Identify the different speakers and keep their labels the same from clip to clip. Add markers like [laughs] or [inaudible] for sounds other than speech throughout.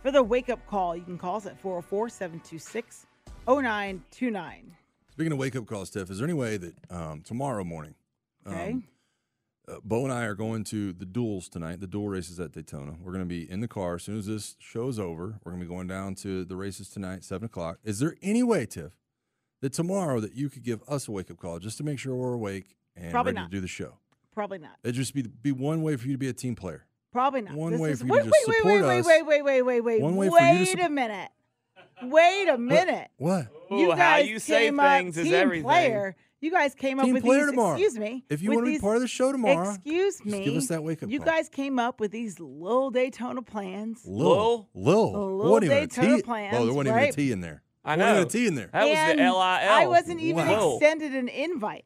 Speaker 1: for the wake up call. You can call us at 404 726 0929.
Speaker 2: Speaking of wake up calls, Tiff, is there any way that um, tomorrow morning,
Speaker 1: Okay.
Speaker 2: um, uh, Bo and I are going to the duels tonight, the duel races at Daytona. We're going to be in the car as soon as this show's over. We're going to be going down to the races tonight, 7 o'clock. Is there any way, Tiff, that tomorrow that you could give us a wake up call just to make sure we're awake and
Speaker 1: Probably
Speaker 2: ready
Speaker 1: not.
Speaker 2: to do the show?
Speaker 1: Probably not.
Speaker 2: It'd just be, be one way for you to be a team player.
Speaker 1: Probably not.
Speaker 2: One
Speaker 1: This
Speaker 2: way
Speaker 1: is,
Speaker 2: for you to
Speaker 1: wait,
Speaker 2: just
Speaker 1: wait,
Speaker 2: support
Speaker 1: wait,
Speaker 2: us.
Speaker 1: wait, wait, wait, wait, wait,
Speaker 2: One way
Speaker 1: wait.
Speaker 2: for you to
Speaker 1: Wait
Speaker 2: sup-
Speaker 1: a minute. Wait a minute.
Speaker 2: What?
Speaker 1: You
Speaker 3: Ooh,
Speaker 1: guys
Speaker 3: how you say
Speaker 1: came up-
Speaker 3: things is
Speaker 1: team
Speaker 3: everything.
Speaker 1: Player, you guys came up
Speaker 2: Team
Speaker 1: with
Speaker 2: player
Speaker 1: these.
Speaker 2: tomorrow.
Speaker 1: Excuse me.
Speaker 2: If you
Speaker 1: with
Speaker 2: want to be
Speaker 1: these-
Speaker 2: part of the show tomorrow,
Speaker 1: Excuse
Speaker 2: just
Speaker 1: me.
Speaker 2: give us that wake-up
Speaker 1: You
Speaker 2: call.
Speaker 1: guys came up with these little Daytona plans.
Speaker 2: Lil.
Speaker 1: Oh,
Speaker 2: Lil.
Speaker 1: Lil
Speaker 2: There wasn't even a
Speaker 1: Daytona
Speaker 2: T-
Speaker 1: plans,
Speaker 2: Bo, there wasn't even a
Speaker 1: right?
Speaker 2: T in there.
Speaker 3: I
Speaker 2: There wasn't
Speaker 3: know.
Speaker 2: even a T in there.
Speaker 3: That was
Speaker 1: and
Speaker 3: the LIL.
Speaker 1: I wasn't even
Speaker 2: Wow.
Speaker 1: extended an invite.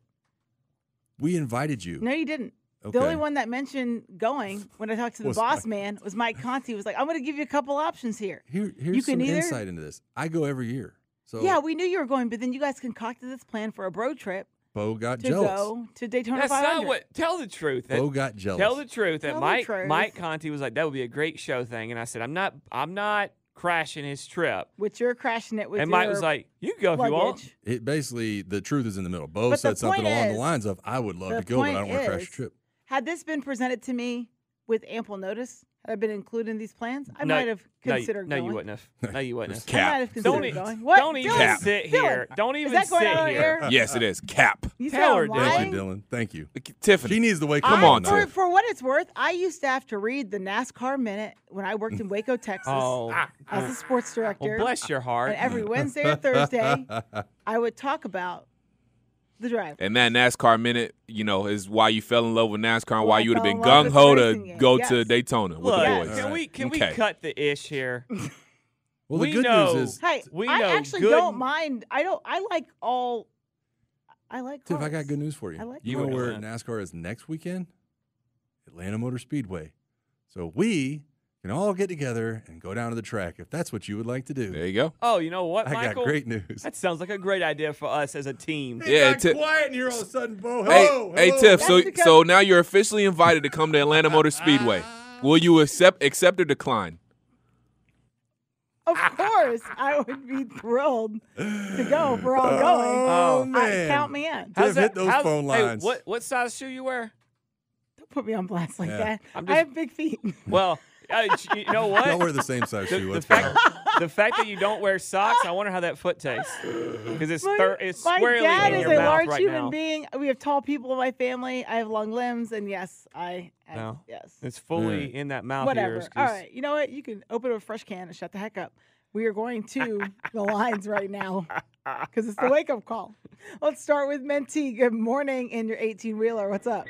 Speaker 2: We invited you.
Speaker 1: No, you didn't.
Speaker 2: Okay.
Speaker 1: The only one that mentioned going when I talked to the
Speaker 2: Was
Speaker 1: boss
Speaker 2: Mike.
Speaker 1: man was Mike Conti. He was like, I'm going to give you a couple options here.
Speaker 2: Here, here's
Speaker 1: you can
Speaker 2: some
Speaker 1: either-
Speaker 2: insight into this. I go every year. So
Speaker 1: yeah, we knew you were going, but then you guys concocted this plan for a road trip
Speaker 2: Bo got
Speaker 1: to
Speaker 2: jealous.
Speaker 1: go to Daytona
Speaker 3: That's
Speaker 1: 500.
Speaker 3: not what. Tell the truth.
Speaker 2: Bo
Speaker 3: That-
Speaker 2: got jealous.
Speaker 3: Tell the truth. That
Speaker 1: Tell the
Speaker 3: Mike
Speaker 1: truth.
Speaker 3: Mike Conti was like, that would be a great show thing, and I said, I'm not. I'm not crashing his trip.
Speaker 1: Which you're crashing it with.
Speaker 3: and Mike
Speaker 1: your
Speaker 3: was like, you can go if you want.
Speaker 1: luggage.
Speaker 2: it basically the truth is in the middle.
Speaker 1: But
Speaker 2: Bo
Speaker 1: the
Speaker 2: said something
Speaker 1: point
Speaker 2: along
Speaker 1: is-
Speaker 2: the lines of, "I would love
Speaker 1: the
Speaker 2: to go, but I
Speaker 1: point
Speaker 2: don't want to crash
Speaker 1: is-
Speaker 2: the trip."
Speaker 1: Had this been presented to me with ample notice, had I been included in these plans, I
Speaker 3: No,
Speaker 1: might have
Speaker 3: no, you-
Speaker 1: considered
Speaker 3: No,
Speaker 1: going.
Speaker 3: you wouldn't have. No, you wouldn't have.
Speaker 1: I might have considered
Speaker 3: Don't, e-
Speaker 1: going. What?
Speaker 3: don't even
Speaker 1: Dylan,
Speaker 3: sit
Speaker 1: Dylan,
Speaker 3: here. Don't even
Speaker 1: Is that going
Speaker 3: sit
Speaker 1: out on
Speaker 3: here. [laughs]
Speaker 1: air?
Speaker 4: Yes, it is. Cap.
Speaker 1: You said
Speaker 3: Tell her,
Speaker 1: I'm
Speaker 3: Dylan.
Speaker 1: lying?
Speaker 2: Thank you, Dylan. Thank you.
Speaker 4: Tiffany.
Speaker 2: She needs the wake
Speaker 4: Come
Speaker 1: I-
Speaker 2: up
Speaker 4: on,
Speaker 1: for,
Speaker 4: Tiff.
Speaker 1: for what it's worth, I used to have to read the NASCAR Minute when I worked in Waco, Texas,
Speaker 3: Oh,
Speaker 2: Ah,
Speaker 1: as a sports director.
Speaker 3: well, bless your heart.
Speaker 1: and
Speaker 2: [laughs]
Speaker 1: every Wednesday or Thursday, I would talk about the drive.
Speaker 4: [laughs] And that NASCAR minute, you know, is why you fell in love with NASCAR and
Speaker 1: Well, I
Speaker 4: why you would have
Speaker 1: fell in
Speaker 4: been
Speaker 1: love
Speaker 4: gung
Speaker 1: with
Speaker 4: ho
Speaker 1: racing
Speaker 4: to
Speaker 1: game,
Speaker 4: go
Speaker 1: yes.
Speaker 4: to Daytona with
Speaker 3: Look,
Speaker 4: the boys.
Speaker 3: can we can
Speaker 4: Okay.
Speaker 3: we cut the
Speaker 1: [laughs]
Speaker 3: ish here?
Speaker 2: Well,
Speaker 3: We
Speaker 2: the good
Speaker 3: know-
Speaker 2: news is,
Speaker 1: Hey,
Speaker 3: We
Speaker 1: I
Speaker 3: know
Speaker 1: actually
Speaker 3: good-
Speaker 1: don't mind. I don't. I like all. I like.
Speaker 2: Tiff,
Speaker 1: cars.
Speaker 2: I got good news for you.
Speaker 1: I like
Speaker 2: you
Speaker 3: that.
Speaker 2: know where
Speaker 3: Yeah.
Speaker 2: NASCAR is next weekend? Atlanta Motor Speedway. So we can all get together and go down to the track if that's what you would like to do.
Speaker 4: There you go.
Speaker 3: Oh, you know what,
Speaker 2: I
Speaker 3: Michael?
Speaker 2: got great news.
Speaker 3: That sounds like a great idea for us as a team.
Speaker 4: It Yeah, got Tiff-
Speaker 2: quiet and you're all of a sudden, Bo.
Speaker 4: Hey, hey, Tiff.
Speaker 1: That's
Speaker 4: So,
Speaker 1: because-
Speaker 4: so now you're officially invited to come to Atlanta Motor Speedway. Will you accept accept or decline?
Speaker 1: Of course, I would be thrilled to go. If we're
Speaker 2: [laughs]
Speaker 1: all going.
Speaker 2: Oh,
Speaker 3: Oh,
Speaker 1: I,
Speaker 2: man.
Speaker 1: count me in.
Speaker 2: Tiff, hit those
Speaker 3: how's-
Speaker 2: phone
Speaker 3: hey,
Speaker 2: lines.
Speaker 3: what what size shoe you wear?
Speaker 1: Don't put me on blast like
Speaker 2: Yeah.
Speaker 1: that.
Speaker 3: I'm
Speaker 1: I
Speaker 3: just-
Speaker 1: have big feet. [laughs]
Speaker 3: Well, uh, you know what?
Speaker 2: Y'all wear the same
Speaker 4: [laughs]
Speaker 2: size
Speaker 3: the,
Speaker 2: shoe.
Speaker 3: the
Speaker 2: Let's go.
Speaker 3: fact, the fact that you don't wear socks, I wonder how that foot tastes because it's
Speaker 1: My,
Speaker 3: thir- it's
Speaker 1: my
Speaker 3: squarely
Speaker 1: dad
Speaker 3: in
Speaker 1: is
Speaker 3: your
Speaker 1: a
Speaker 3: mouth
Speaker 1: large
Speaker 3: right
Speaker 1: human
Speaker 3: now.
Speaker 1: being. We have tall people in my family. I have long limbs, and yes, I, I
Speaker 3: No.
Speaker 1: yes,
Speaker 3: It's fully in that mouth. of
Speaker 1: whatever.
Speaker 3: yours,
Speaker 1: All
Speaker 3: 'cause-
Speaker 1: right, you know what? You can open a fresh can and shut the heck up. We are going
Speaker 3: [laughs]
Speaker 1: to the lines right now because it's the wake up call. Let's start with Mentee. Good morning, in your eighteen wheeler. What's up?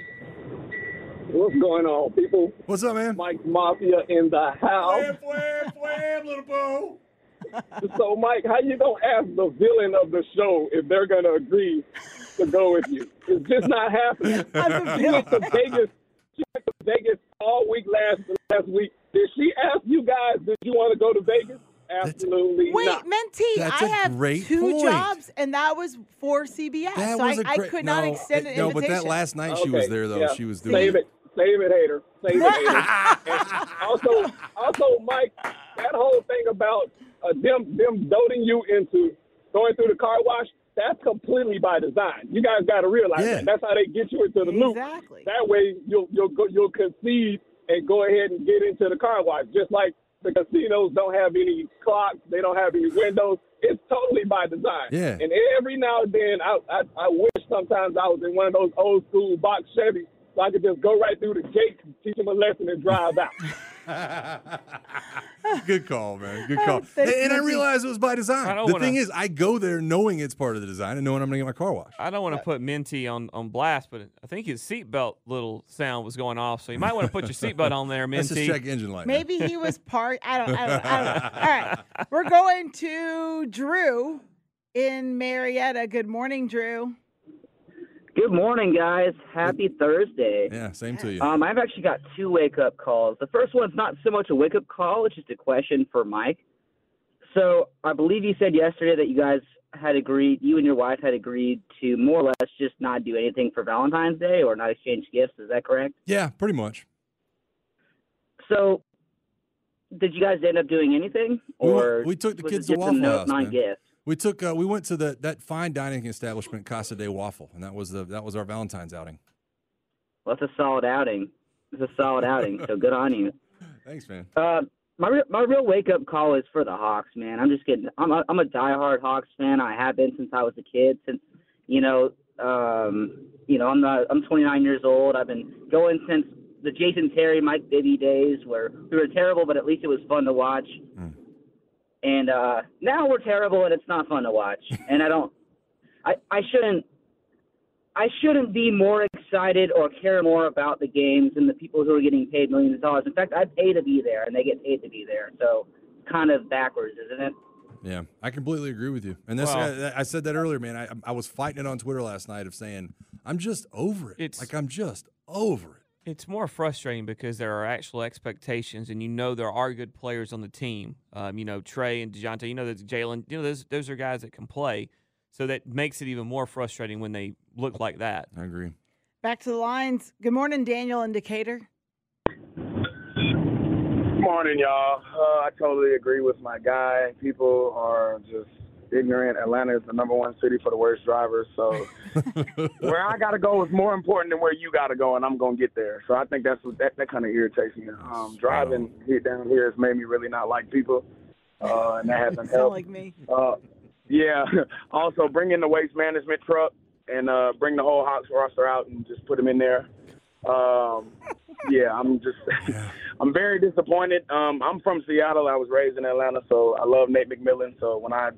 Speaker 5: What's going on, people?
Speaker 2: What's up, man?
Speaker 5: Mike Mafia in the house.
Speaker 2: little Bo.
Speaker 5: So, Mike, how you gonna ask the villain of the show if they're gonna agree to go with you? It's just not
Speaker 2: [laughs]
Speaker 5: happening.
Speaker 1: I'm the
Speaker 5: She
Speaker 1: villain.
Speaker 5: went to Vegas. She went to Vegas all week last last week. Did she ask you guys? Did you want to go to Vegas? Absolutely
Speaker 1: Wait,
Speaker 5: not.
Speaker 1: Mentee,
Speaker 2: That's
Speaker 1: I
Speaker 2: a
Speaker 1: have
Speaker 2: great
Speaker 1: two
Speaker 2: point.
Speaker 1: jobs, and that was for CBS,
Speaker 2: That
Speaker 1: so
Speaker 2: was
Speaker 1: I,
Speaker 2: a
Speaker 1: I
Speaker 2: great.
Speaker 1: could
Speaker 2: no,
Speaker 1: not extend
Speaker 2: it-
Speaker 1: an
Speaker 2: no, but
Speaker 1: invitation.
Speaker 2: that last night she was
Speaker 5: Okay,
Speaker 2: there though.
Speaker 5: yeah.
Speaker 2: She was doing.
Speaker 5: Save it, save it, hater. Save it, hater. And also, also, Mike, that whole thing about uh, them them doting you into going through the car wash. That's completely by design. You guys got to realize
Speaker 2: Yeah.
Speaker 5: that. That's how they get you into the loop.
Speaker 1: Exactly.
Speaker 5: That way, you'll you'll go, you'll concede and go ahead and get into the car wash. Just like The casinos don't have any clocks. They don't have any windows. It's totally by design.
Speaker 2: Yeah.
Speaker 5: And every now and then, I, I I wish sometimes I was in one of those old school box Chevys so I could just go right through the gate, teach them a lesson, and drive out.
Speaker 2: Good call, man. Good call. and,
Speaker 1: Thanks,
Speaker 2: and I
Speaker 1: Nancy.
Speaker 2: realized it was by design.
Speaker 3: I don't
Speaker 2: the
Speaker 3: wanna-
Speaker 2: thing is, I go there knowing it's part of the design and knowing I'm going to get my car washed.
Speaker 3: I don't want to put Minty on, on blast, but I think his seatbelt little sound was going off, so you might want to put
Speaker 2: [laughs]
Speaker 3: your seatbelt on there,
Speaker 2: Let's just
Speaker 3: Minty.
Speaker 2: check engine light.
Speaker 1: Maybe he was
Speaker 2: [laughs]
Speaker 1: part. I don't. I don't. I don't. All right, we're going to Drew in Marietta. Good morning, Drew.
Speaker 6: Good morning, guys. Happy Thursday.
Speaker 2: Yeah, same to you.
Speaker 6: Um, I've actually got two wake up calls. The first one's not so much a wake up call, it's just a question for Mike. So I believe you said yesterday that you guys had agreed, you and your wife had agreed to more or less just not do anything for Valentine's Day or not exchange gifts. Is that correct?
Speaker 2: yeah, pretty much.
Speaker 6: So did you guys end up doing anything?
Speaker 2: We went-
Speaker 6: Or
Speaker 2: we took the
Speaker 6: was
Speaker 2: kids
Speaker 6: it
Speaker 2: to
Speaker 6: just a
Speaker 2: Waffle
Speaker 6: no,
Speaker 2: House, man.
Speaker 6: non gift?
Speaker 2: We took uh, we went to the that fine dining establishment Casa de Waffle, and that was the that was our Valentine's outing.
Speaker 6: Well, that's a solid outing. It's a solid outing, so good on you.
Speaker 2: Thanks, man.
Speaker 6: Uh, my re- my real wake up call is for the Hawks, man. I'm just kidding. I'm a, I'm a diehard Hawks fan. I have been since I was a kid. Since you know, um, you know, I'm not, I'm 29 years old. I've been going since the Jason Terry, Mike Bibby days, where we were terrible, but at least it was fun to watch. And uh, now we're terrible, and it's not fun to watch. and I don't, I I shouldn't. I shouldn't be more excited or care more about the games than the people who are getting paid millions of dollars. In fact, I pay to be there, and they get paid to be there. So, kind of backwards, isn't it?
Speaker 2: Yeah, I completely agree with you. And that's
Speaker 3: Well-
Speaker 2: I, I said that earlier, man. I I was fighting it on Twitter last night of saying I'm just over it.
Speaker 3: It's-
Speaker 2: like I'm just over it.
Speaker 3: It's more frustrating because there are actual expectations, and you know there are good players on the team. Um, you know Trey and Dejounte. You know there's Jalen. You know those those are guys that can play, so that makes it even more frustrating when they look like that.
Speaker 2: I agree.
Speaker 1: Back to the lines. Good morning, Daniel in Decatur.
Speaker 5: Morning, y'all. Uh, I totally agree with my guy. People are just ignorant. Atlanta is the number one city for the worst drivers. So where I gotta go is more important than where you gotta go, and I'm gonna get there. So I think that's what that, that kind of irritates me. Um, driving here down here has made me really not like people, uh, and that hasn't
Speaker 1: [laughs] Sound
Speaker 5: helped.
Speaker 1: like me.
Speaker 5: Uh, yeah. [laughs] Also, bring in the waste management truck and uh, bring the whole Hawks roster out and just put them in there. Um, yeah, I'm just, [laughs] I'm very disappointed. Um, I'm from Seattle. I was raised in Atlanta, so I love Nate McMillan. So when I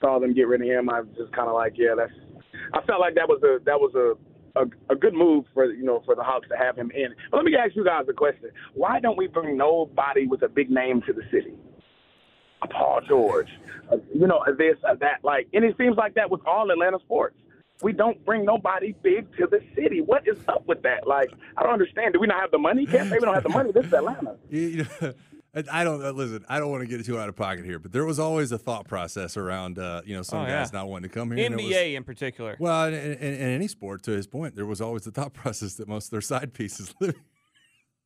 Speaker 5: saw them get rid of him, I was just kind of like, yeah, that's. I felt like that was a that was a. A, a good move for you know for the Hawks to have him in. But let me ask you guys a question: Why don't we bring nobody with a big name to the city? a Paul George, uh, you know, a this, a that. Like, and it seems like that with all Atlanta sports. We don't bring nobody big to the city. What is up with that? Like, I don't understand. Do we not have the money? Can't say we don't have the money. This is Atlanta.
Speaker 2: You- you know, and I don't uh, listen. I don't want to get too out of pocket here, but there was always a thought process around uh, you know some
Speaker 3: Oh, yeah.
Speaker 2: guys not wanting to come here. and it was-
Speaker 3: NBA in particular.
Speaker 2: Well, in, in, in any sport, to his point, there was always the thought [laughs] process that most of their side pieces [laughs] live.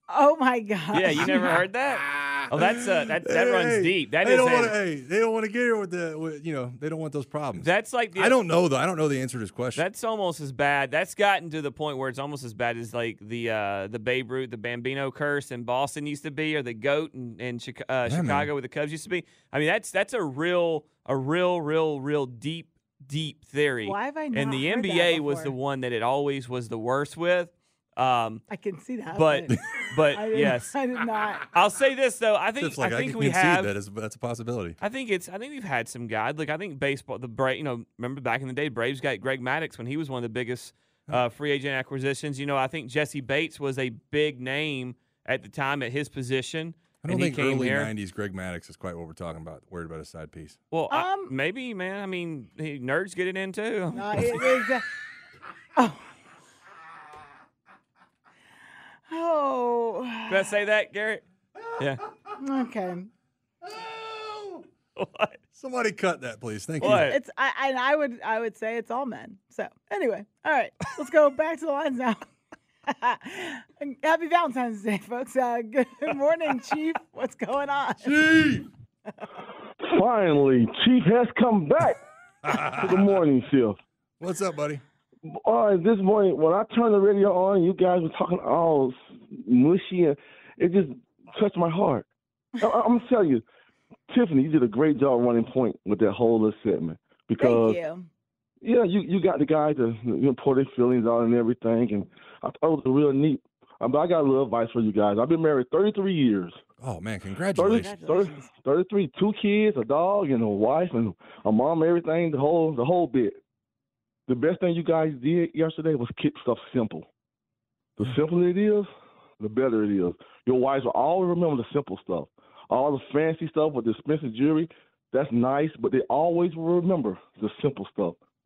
Speaker 1: Oh my God.
Speaker 3: yeah, you never heard that. Oh, that's uh, that that runs deep. That
Speaker 2: they
Speaker 3: is
Speaker 2: don't
Speaker 3: a-
Speaker 2: want to. Hey, they don't want to get here with the. With, you know, they don't want those problems.
Speaker 3: that's like the
Speaker 2: I don't know though. I don't know the answer to this question.
Speaker 3: That's almost as bad. That's gotten to the point where it's almost as bad as like the uh, the Babe Ruth, the Bambino curse in Boston used to be, or the goat in, in Chica- uh,
Speaker 2: Yeah, man.
Speaker 3: Chicago with the Cubs used to be. I mean, that's that's a real, a real, real, real deep, deep theory.
Speaker 1: Why have I not
Speaker 3: and the
Speaker 1: heard that
Speaker 3: NBA was the
Speaker 1: before?
Speaker 3: one that it always was the worst with. Um,
Speaker 1: I can see that.
Speaker 3: but
Speaker 1: [laughs] I
Speaker 3: but
Speaker 1: didn't-
Speaker 3: yes,
Speaker 1: I did
Speaker 3: [laughs]
Speaker 1: not.
Speaker 3: I'll say this though. I think
Speaker 2: Tiff's like
Speaker 3: I think
Speaker 2: can
Speaker 3: we
Speaker 2: concede
Speaker 3: have
Speaker 2: that is that's a possibility.
Speaker 3: I think it's. I think we've had some guy. Look, I think baseball. The Bra you know, remember back in the day, Braves got Greg Maddox when he was one of the biggest uh, free agent acquisitions. You know, I think Jesse Bates was a big name at the time at his position.
Speaker 2: I don't
Speaker 3: and
Speaker 2: think
Speaker 3: he came
Speaker 2: early
Speaker 3: here.
Speaker 2: '90s Greg Maddox is quite what we're talking about. Worried about a side piece.
Speaker 3: Well, I-
Speaker 1: Um,
Speaker 3: maybe, man. I mean, he, nerds get it in too.
Speaker 1: No,
Speaker 3: [laughs]
Speaker 1: it is. uh, oh. Oh.
Speaker 3: Did I say that, Garrett?
Speaker 1: [laughs]
Speaker 3: Yeah. [laughs]
Speaker 1: Okay.
Speaker 3: What?
Speaker 2: Somebody cut that, please. Thank
Speaker 3: What?
Speaker 1: It's I and I would I would say it's all men. So anyway, all right, let's
Speaker 2: [laughs]
Speaker 1: go back to the lines now. [laughs] And Happy Valentine's Day, folks. Uh,
Speaker 2: [laughs]
Speaker 1: good morning, Chief. What's going on?
Speaker 2: you.
Speaker 5: Finally, Chief has come back to the morning shift.
Speaker 2: What's
Speaker 1: [laughs]
Speaker 2: up, buddy?
Speaker 5: All right, this morning when I turned the radio on, you guys were talking all mushy, and it just touched my heart.
Speaker 7: I, I'm gonna tell you, Tiffany, you did a great job running point with that whole little segment because
Speaker 1: Thank you.
Speaker 7: yeah, you you got the guys to you know, pour their feelings out and everything, and I thought it was real neat. Uh, But I got a little advice for you guys. I've been married 33 years.
Speaker 2: Oh man,
Speaker 7: 30,
Speaker 2: congratulations.
Speaker 7: 30, 33, two kids, a dog, and a wife, and a mom, everything, the whole the whole bit. The best thing you guys did yesterday was keep stuff simple. The
Speaker 2: Mm.
Speaker 7: simpler it is, the better it is. Your wives will always remember the simple stuff. All the fancy stuff with the expensive jewelry, that's nice, but they always will remember the simple stuff.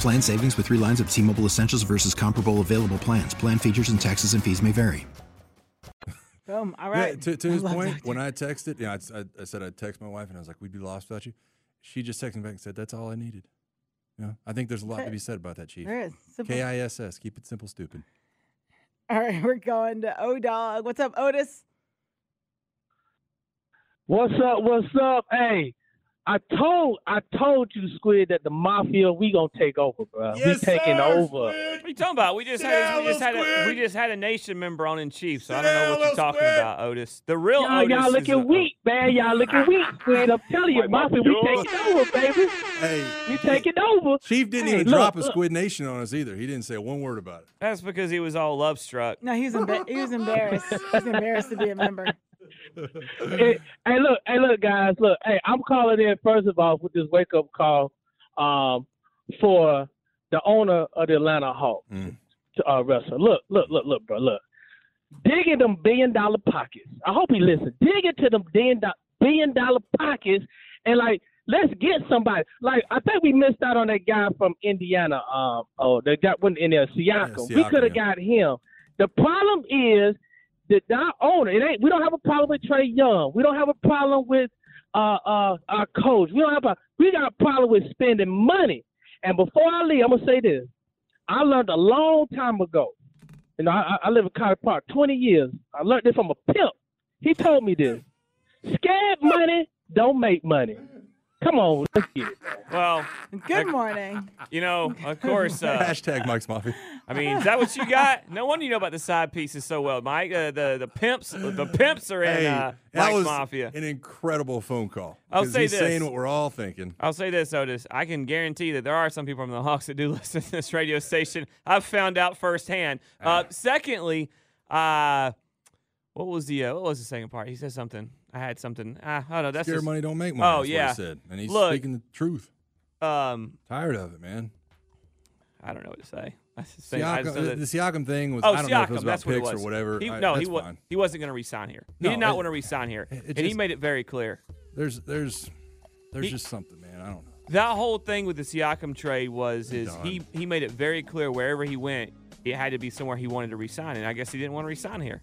Speaker 8: Plan savings with three lines of T Mobile Essentials versus comparable available plans. Plan features and taxes and fees may vary.
Speaker 1: Boom. Um, All right.
Speaker 2: Yeah, to, to
Speaker 1: I
Speaker 2: his
Speaker 1: love
Speaker 2: point,
Speaker 1: that.
Speaker 2: when I texted, yeah, I, I, I said I'd text my wife, and I was like, "We'd be lost without you." She just texted me back and said, "That's all I needed." Yeah, I think there's a lot to be said about that, Chief.
Speaker 1: There is. Simple.
Speaker 2: K I S S. Keep it simple, stupid.
Speaker 1: All right, we're going to O Dog. What's up, Otis?
Speaker 9: [laughs] What's up? What's up? Hey, I told I told you, Squid, that the mafia we gonna take over, bro.
Speaker 3: Yes,
Speaker 9: we taking
Speaker 3: sir,
Speaker 9: over.
Speaker 3: What are you talking about? We just had we just had a, we just had a nation member on in chief, so I don't know what you're talking about, Otis. The real
Speaker 9: Y'all,
Speaker 3: Otis
Speaker 9: y'all
Speaker 3: is a-
Speaker 9: looking weak, man. Y'all looking weak, Squid. I'm
Speaker 3: [laughs]
Speaker 9: telling you, mafia, we
Speaker 2: yours.
Speaker 9: taking over, baby.
Speaker 2: Hey,
Speaker 9: we taking over.
Speaker 2: Chief didn't
Speaker 9: Hey,
Speaker 2: even
Speaker 9: look,
Speaker 2: drop a
Speaker 9: look.
Speaker 2: Squid Nation on us either. He didn't say one word about it.
Speaker 3: That's because he was all love struck.
Speaker 1: No, he was emba- he was embarrassed. He was embarrassed to be a member.
Speaker 2: [laughs]
Speaker 9: hey, hey, look, hey, look, guys, look, hey, I'm calling in first of all with this wake up call, um, for the owner of the Atlanta Hawks, to, uh, wrestler. Look, look, look, look, bro, look. Dig in them billion dollar pockets. I hope he listens. Dig into them billion, do- billion dollar pockets and like let's get somebody. Like I think we missed out on that guy from Indiana. Um, oh, they got one in there, Siakam. we
Speaker 10: Siakam,
Speaker 9: could have got him. The problem is that our owner. It ain't. We don't have a problem with Trey Young. We don't have a problem with uh, uh, our coach. We don't have a. We got a problem with spending money. And before I leave, I'm gonna say this. I learned a long time ago. You know, I, I- I live in College Park 20 years. I learned this from a pimp. He told me this. Scared money don't make money. Come on, let's get it.
Speaker 3: Well,
Speaker 1: good morning.
Speaker 3: You know, of course. Uh,
Speaker 2: Hashtag
Speaker 3: [laughs]
Speaker 2: Mike's Mafia.
Speaker 3: I mean, is that what you got? No wonder you know about the side pieces so well, Mike. Uh, the the pimps, the pimps are in
Speaker 2: Hey,
Speaker 3: uh,
Speaker 2: that
Speaker 3: Mike's
Speaker 2: was
Speaker 3: Mafia.
Speaker 2: an incredible phone call.
Speaker 3: I'll
Speaker 2: 'Cause
Speaker 3: say
Speaker 2: he's
Speaker 3: this.
Speaker 2: saying what we're all thinking.
Speaker 3: I'll say this, Otis. I can guarantee that there are some people from the Hawks that do [laughs] listen to this radio station. I've found out firsthand. Uh, secondly, uh, what was the uh, what was the second part? He said something. I had something. Ah, I don't know. That's
Speaker 2: Scare
Speaker 3: just-
Speaker 2: money don't make money.
Speaker 3: Oh
Speaker 2: that's
Speaker 3: yeah.
Speaker 2: what he said, and he's
Speaker 3: Look,
Speaker 2: speaking the truth.
Speaker 3: Um,
Speaker 2: Tired of it, man.
Speaker 3: I don't know what to say. I just think- I
Speaker 2: Siakam,
Speaker 3: just know
Speaker 2: the,
Speaker 3: that-
Speaker 2: the Siakam thing was
Speaker 3: oh,
Speaker 2: I don't
Speaker 3: Siakam,
Speaker 2: know if it was about
Speaker 3: that's what it
Speaker 2: picks
Speaker 3: was.
Speaker 2: or whatever.
Speaker 3: He,
Speaker 2: I-
Speaker 3: no,
Speaker 2: that's
Speaker 3: he, wa-
Speaker 2: fine.
Speaker 3: he wasn't going to resign here. He
Speaker 2: No,
Speaker 3: did not
Speaker 2: it-
Speaker 3: want to resign here, and he
Speaker 2: just-
Speaker 3: made it very clear.
Speaker 2: There's there's there's
Speaker 3: He-
Speaker 2: just something, man. I don't know.
Speaker 3: That whole thing with the Siakam trade was is
Speaker 2: Done.
Speaker 3: he he made it very clear wherever he went, it had to be somewhere he wanted to resign, and I guess he didn't want to resign here.